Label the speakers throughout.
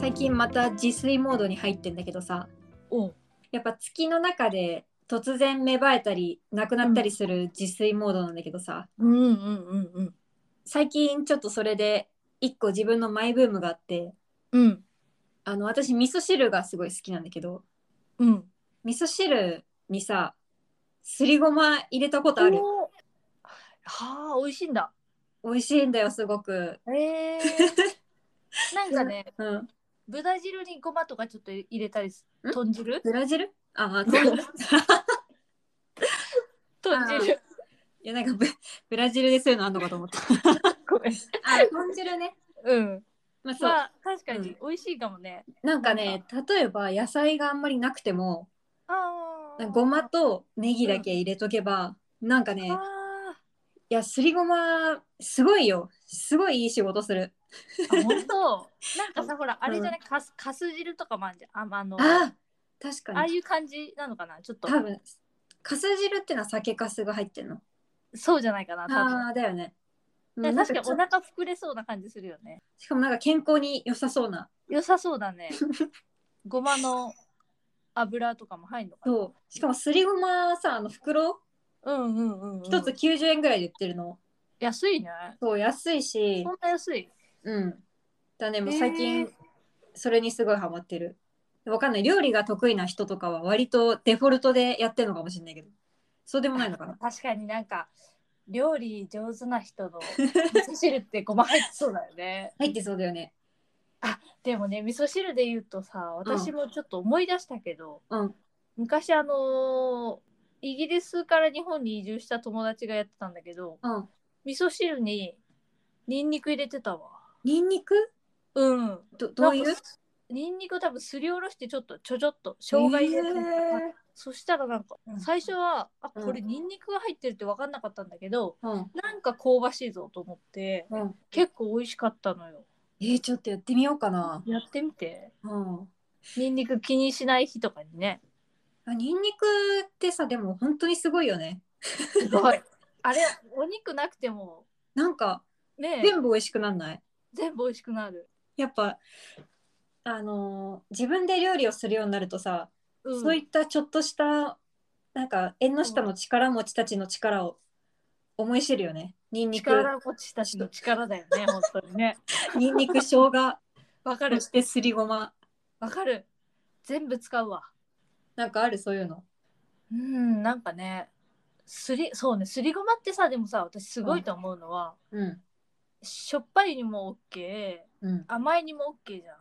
Speaker 1: 最近また自炊モードに入ってんだけどさ
Speaker 2: お
Speaker 1: やっぱ月の中で突然芽生えたりなくなったりする自炊モードなんだけどさ、
Speaker 2: うんうんうんうん
Speaker 1: 最近ちょっとそれで一個自分のマイブームがあって
Speaker 2: うん
Speaker 1: あの私味噌汁がすごい好きなんだけど
Speaker 2: うん
Speaker 1: 味噌汁にさすりごま入れたことある
Speaker 2: おーはあ美味しいんだ
Speaker 1: 美味しいんだよすごく、
Speaker 2: え なんかね
Speaker 1: うん、
Speaker 2: 豚汁にごまとかちょっと入れたりす
Speaker 1: ん
Speaker 2: 豚汁
Speaker 1: ブラジル ああ豚汁い
Speaker 2: 豚汁
Speaker 1: やなんかブブラジルでそういうのあんのかと思った
Speaker 2: ごめん
Speaker 1: あ豚汁ね
Speaker 2: うん
Speaker 1: まあそう、
Speaker 2: まあ確かに
Speaker 1: うん
Speaker 2: 美味しいかもね
Speaker 1: なんかね例えば野菜があんまりなくても
Speaker 2: あ
Speaker 1: なんかごまとネギだけ入れとけば、なんかね
Speaker 2: ね
Speaker 1: いやすりごますごいよすごいいい仕事する
Speaker 2: 本当なんかさほらあれじゃないかすかす汁とかもあんじゃんああのあ
Speaker 1: あ確か
Speaker 2: あ
Speaker 1: に
Speaker 2: いう感じなのかなちょっと
Speaker 1: 多分かす汁ってのは酒かすが入ってんの
Speaker 2: そうじゃないかな多分
Speaker 1: ああーだよね
Speaker 2: ね
Speaker 1: うん
Speaker 2: 確かに
Speaker 1: な
Speaker 2: お
Speaker 1: んか
Speaker 2: 腹膨れそうな感じするよね
Speaker 1: しかもなんか健康に良さそうな
Speaker 2: 良さそうだ ねごまの油とかも入るのかな
Speaker 1: そうしかもすりごまさあの袋
Speaker 2: うんうんうんうん
Speaker 1: 一つ90円ぐらいで売ってるの、
Speaker 2: 安いね
Speaker 1: そう安いし
Speaker 2: そんな安い
Speaker 1: うんだねもう
Speaker 2: へー
Speaker 1: 最近それにすごいハマってるわかんない料理が得意な人とかは割とデフォルトでやってるのかもしれないけどそうでもないのかな
Speaker 2: 確かになんか料理上手な人 の味噌汁ってごま入ってそうだよね
Speaker 1: 入ってそうだよね
Speaker 2: でもね味噌汁で言うとさ私もちょっと思い出したけど、
Speaker 1: うん
Speaker 2: 昔あのーイギリスから日本に移住した友達がやってたんだけど
Speaker 1: うん
Speaker 2: 味噌汁にニンニク入れてたわ
Speaker 1: ニンニク
Speaker 2: うん
Speaker 1: どどういう
Speaker 2: なんかニンニク多分すりおろしてちょっとちょちょっと生姜入れて、
Speaker 1: え
Speaker 2: そしたらなんか
Speaker 1: うん
Speaker 2: 最初は、
Speaker 1: うん
Speaker 2: あこれニンニクが入ってるって分かんなかったんだけど
Speaker 1: ーうん
Speaker 2: なんか香ばしいぞと思って
Speaker 1: うん、
Speaker 2: 結構美味しかったのよ
Speaker 1: えー、ちょっとやってみようかな、
Speaker 2: やってみて
Speaker 1: うん、
Speaker 2: ニンニク気にしない日とかにね
Speaker 1: あニンニクってさでも本当にすごいよね
Speaker 2: すご いあれお肉なくても
Speaker 1: なんか
Speaker 2: ね
Speaker 1: 全部美味しくなんない
Speaker 2: 全部美味しくなる、
Speaker 1: やっぱあのー自分で料理をするようになるとさ、
Speaker 2: うん、
Speaker 1: そういったちょっとしたなんか縁の下の力持ちたちの力を思い知るよねニンニク
Speaker 2: 力持ちたちの力だよね本当にね
Speaker 1: ニンニク生姜
Speaker 2: わかる
Speaker 1: そしてすりごま
Speaker 2: わかる全部使うわ
Speaker 1: なんかあるそういうの
Speaker 2: うんなんかねすりそうねすりごまってさでもさ私すごいと思うのは、
Speaker 1: うん
Speaker 2: しょっぱいにも OK
Speaker 1: うん
Speaker 2: 甘いにも OK じゃん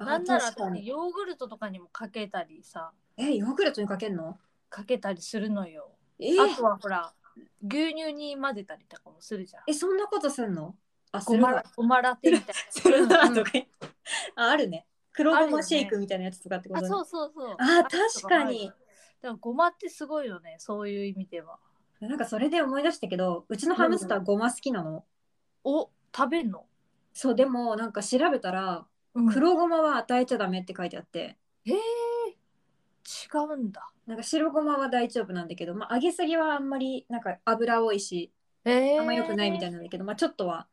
Speaker 1: あ
Speaker 2: なんなら
Speaker 1: 確か
Speaker 2: 私
Speaker 1: に
Speaker 2: ヨーグルトとかにもかけたりさ
Speaker 1: えヨーグルトにかけんの
Speaker 2: かけたりするのよ
Speaker 1: え
Speaker 2: あとはほら牛乳に混ぜたりとかもするじゃん
Speaker 1: えそんなことすんのあす
Speaker 2: ご
Speaker 1: る
Speaker 2: ま
Speaker 1: わ
Speaker 2: らごまラテみ たい
Speaker 1: する
Speaker 2: な
Speaker 1: な
Speaker 2: うん
Speaker 1: とか言ってああるね黒
Speaker 2: あ
Speaker 1: ご
Speaker 2: るよ
Speaker 1: ま
Speaker 2: ね
Speaker 1: シェイクみたいなやつとかってこ
Speaker 2: あ
Speaker 1: と
Speaker 2: そうそうそう
Speaker 1: あ
Speaker 2: とも
Speaker 1: 確かに
Speaker 2: でもごまってすごいよねそういう意味では
Speaker 1: なんかそれで思い出したけどうちのハムスターごま好きなの
Speaker 2: お食べんの、
Speaker 1: そうでもなんか調べたら
Speaker 2: うん
Speaker 1: 黒ごまは与えちゃダメって書いてあって
Speaker 2: へえ違うんだ
Speaker 1: なんか白ごまは大丈夫なんだけど、まあ、揚げすぎはあんまりなんか油多いし
Speaker 2: え
Speaker 1: あんま良くないみたい
Speaker 2: な
Speaker 1: なんだけど、まあ、ちょっとは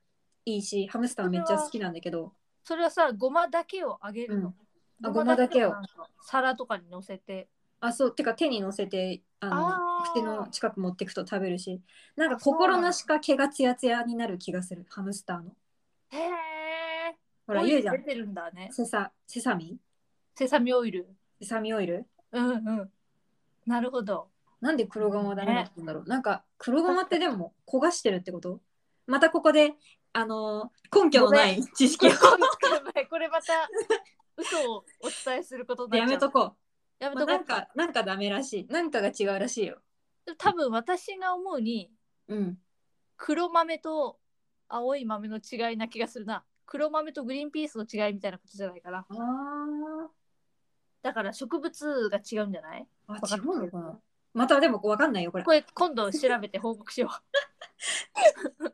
Speaker 1: いいしハムスターめっちゃ好きなんだけど
Speaker 2: それはさごまだけをあげるの、
Speaker 1: あごまだけを
Speaker 2: なんか皿とかにのせて
Speaker 1: あそうてか手にのせてあの
Speaker 2: あー
Speaker 1: 口の近く持ってくと食べるしなんか
Speaker 2: あそうなんだ
Speaker 1: 心なしか毛がツヤツヤになる気がするハムスターの
Speaker 2: へえ
Speaker 1: ほら言うじゃ
Speaker 2: 出
Speaker 1: ん
Speaker 2: てるんだね
Speaker 1: セサセサミン
Speaker 2: セサミオイル
Speaker 1: セサミオイル
Speaker 2: うんうんなる ほど
Speaker 1: なんで黒ごまはダメだったんだろう、なんか黒ごまってでも焦がしてるってことまたここであのー根拠のない知識を
Speaker 2: これまた嘘をお伝えすることになっちゃ
Speaker 1: や
Speaker 2: う
Speaker 1: めとこ
Speaker 2: や
Speaker 1: う、
Speaker 2: め
Speaker 1: まあ
Speaker 2: とこう
Speaker 1: なんかなんかダメらしいなんかが違うらしいよ
Speaker 2: 多分私が思うに
Speaker 1: うん
Speaker 2: 黒豆と青い豆の違いな気がするな黒豆とグリーンピースの違いみたいなことじゃないかな
Speaker 1: あ
Speaker 2: だから植物が違うんじゃない
Speaker 1: ーあ
Speaker 2: か
Speaker 1: 違
Speaker 2: る
Speaker 1: うのかなまたでもわかんないよこれ
Speaker 2: これ今度調べて報告しよ う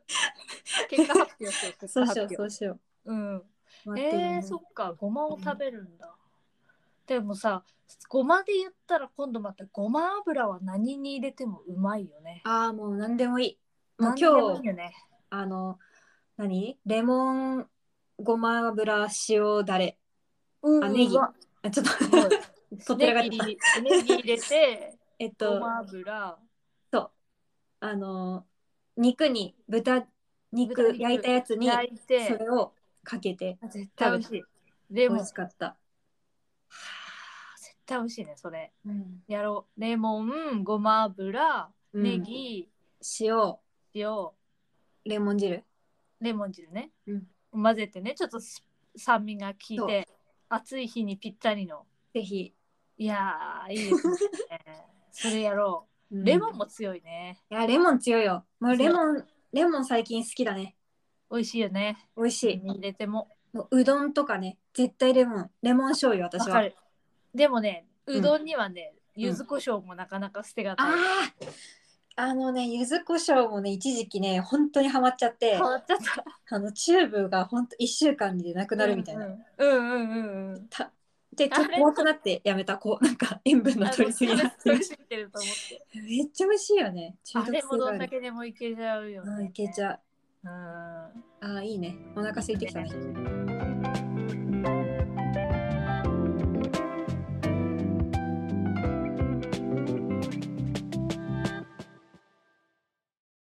Speaker 2: 結果発表しよう結
Speaker 1: そ
Speaker 2: 果
Speaker 1: うしよう
Speaker 2: 発表
Speaker 1: そうしよ
Speaker 2: うん
Speaker 1: う待ってよ
Speaker 2: え
Speaker 1: ね
Speaker 2: ー、そっかごまを食べるんだ、でもさごまで言ったら今度またごま油は何に入れてもうまいよね。
Speaker 1: ああ、もう何でもいい。もう
Speaker 2: 何でも
Speaker 1: 今
Speaker 2: い
Speaker 1: 日
Speaker 2: い、よね
Speaker 1: あの、何レモン、ごま油、塩だれ。
Speaker 2: うん
Speaker 1: あ、ネギ
Speaker 2: うわ
Speaker 1: あちょっ
Speaker 2: す
Speaker 1: と、
Speaker 2: ごい
Speaker 1: とっ
Speaker 2: ネ
Speaker 1: てなかっ
Speaker 2: ギ
Speaker 1: た。
Speaker 2: 入れネギ入れて
Speaker 1: えっ
Speaker 2: ご
Speaker 1: と、
Speaker 2: ま油
Speaker 1: そう。あの、肉に、豚肉
Speaker 2: 豚肉
Speaker 1: 焼いたやつに、
Speaker 2: 焼い
Speaker 1: そ
Speaker 2: て
Speaker 1: れをかけて、
Speaker 2: 絶対美味しい。レ
Speaker 1: 美
Speaker 2: モン
Speaker 1: 味しかった。
Speaker 2: 絶対美味しいねそれ。
Speaker 1: うん。
Speaker 2: やろうレモンごま油ネギ、
Speaker 1: 塩、
Speaker 2: 塩
Speaker 1: レモン汁。
Speaker 2: レモン汁ね、
Speaker 1: うん
Speaker 2: 混ぜてねちょっとす酸味が効い
Speaker 1: そう
Speaker 2: て暑い日にぴったりの
Speaker 1: ぜひ。
Speaker 2: いや ーいいですねそれやろ
Speaker 1: うん
Speaker 2: うレモンも強いね、
Speaker 1: いや、レモン強いよ。もう
Speaker 2: 強い
Speaker 1: レモン、レモン最近好きだね。
Speaker 2: 美味しいよね
Speaker 1: 美味しい。
Speaker 2: 入れても
Speaker 1: もううどんとかね、絶対レモン、レモン醤油、
Speaker 2: わ
Speaker 1: 私
Speaker 2: か
Speaker 1: は。
Speaker 2: るでもね
Speaker 1: うん
Speaker 2: うどんにはね、柚子胡椒もなかなか捨てがたい、
Speaker 1: ああ、あのね、柚子胡椒もね、一時期ね、本当にハマっちゃって
Speaker 2: 変、わっちゃった
Speaker 1: あのチューブが本当一週間でなくなるみたいな。
Speaker 2: うんうんうんうん
Speaker 1: たで、ちょ
Speaker 2: あ
Speaker 1: っと
Speaker 2: れ
Speaker 1: 怖くなってやめた、こう、 なんか塩分
Speaker 2: あ
Speaker 1: の
Speaker 2: の
Speaker 1: 取りすぎになって。
Speaker 2: 取りすぎてると思って
Speaker 1: めっちゃ美味しいよね。 中
Speaker 2: あ
Speaker 1: 毒
Speaker 2: れ
Speaker 1: 性
Speaker 2: もどん
Speaker 1: があ
Speaker 2: だ
Speaker 1: る。
Speaker 2: けでもいけちゃうよ
Speaker 1: う
Speaker 2: ね、
Speaker 1: ん、いけちゃう。
Speaker 2: うん
Speaker 1: ああ、いいね。お腹空いてきたね。